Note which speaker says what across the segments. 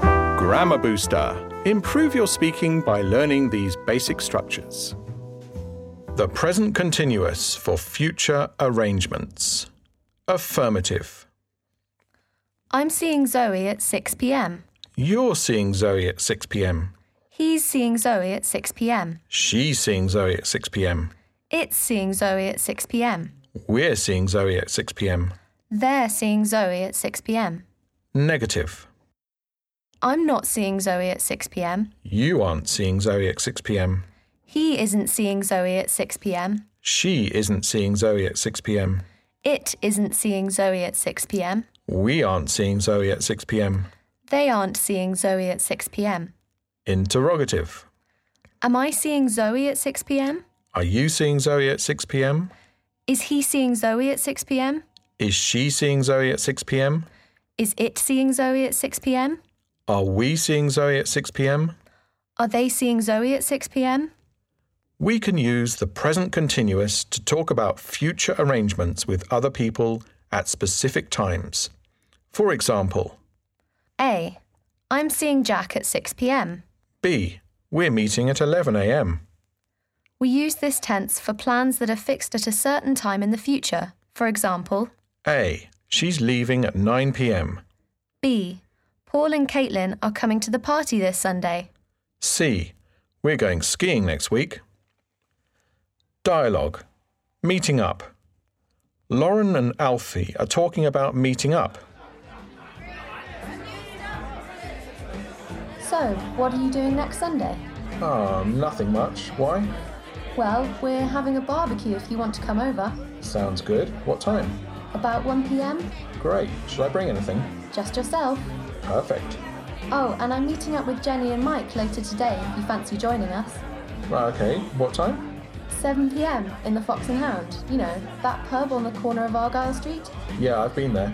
Speaker 1: Grammar Booster. Improve your speaking by learning these basic structures. The present continuous for future arrangements. Affirmative.
Speaker 2: I'm seeing Zoe at 6 pm.
Speaker 1: You're seeing Zoe at 6 pm.
Speaker 2: He's seeing Zoe at 6 pm.
Speaker 1: She's seeing Zoe at 6 pm.
Speaker 2: It's seeing Zoe at 6 pm.
Speaker 1: We're seeing Zoe at 6 pm.
Speaker 2: They're seeing Zoe at 6 pm.
Speaker 1: Negative.
Speaker 2: I'm not seeing Zoe at 6 pm.
Speaker 1: You aren't seeing Zoe at 6 pm.
Speaker 2: He isn't seeing Zoe at 6 pm.
Speaker 1: She isn't seeing Zoe at 6 pm.
Speaker 2: It isn't seeing Zoe at 6 pm.
Speaker 1: We aren't seeing Zoe at 6 pm.
Speaker 2: They aren't seeing Zoe at 6 pm.
Speaker 1: Interrogative.
Speaker 2: Am I seeing Zoe at 6 pm?
Speaker 1: Are you seeing Zoe at 6 pm?
Speaker 2: Is he seeing Zoe at 6 pm?
Speaker 1: Is she seeing Zoe at 6 pm?
Speaker 2: Is it seeing Zoe at 6 pm?
Speaker 1: Are we seeing Zoe at 6 pm?
Speaker 2: Are they seeing Zoe at 6 pm?
Speaker 1: We can use the present continuous to talk about future arrangements with other people at specific times. For example,
Speaker 2: A. I'm seeing Jack at 6 pm.
Speaker 1: B. We're meeting at 11 a.m.
Speaker 2: We use this tense for plans that are fixed at a certain time in the future. For example,
Speaker 1: A. She's leaving at 9 p.m.
Speaker 2: B. Paul and Caitlin are coming to the party this Sunday.
Speaker 1: C. We're going skiing next week. Dialogue. Meeting up. Lauren and Alfie are talking about meeting up.
Speaker 2: So, what are you doing next Sunday?
Speaker 1: Um, nothing much. Why?
Speaker 2: Well, we're having a barbecue if you want to come over.
Speaker 1: Sounds good. What time?
Speaker 2: About 1 pm?
Speaker 1: Great. Should I bring anything?
Speaker 2: Just yourself.
Speaker 1: Perfect.
Speaker 2: Oh, and I'm meeting up with Jenny and Mike later today if you fancy joining us.
Speaker 1: Right, okay. What time?
Speaker 2: 7 pm in the Fox and Hound. You know, that pub on the corner of Argyle Street.
Speaker 1: Yeah, I've been there.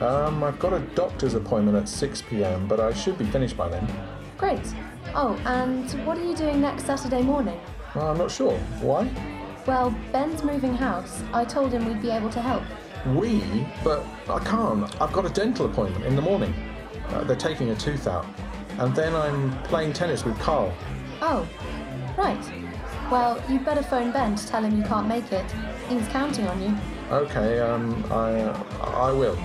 Speaker 1: Um, I've got a doctor's appointment at 6 p.m., but I should be finished by then.
Speaker 2: Great. Oh, and what are you doing next Saturday morning?
Speaker 1: Well, I'm not sure. Why?
Speaker 2: Well, Ben's moving house. I told him we'd be able to help.
Speaker 1: We? But I can't. I've got a dental appointment in the morning. Uh, they're taking a tooth out. And then I'm playing tennis with Carl.
Speaker 2: Oh, right. Well, you'd better phone Ben to tell him you can't make it. He's counting on you.
Speaker 1: Okay, um, I, I will.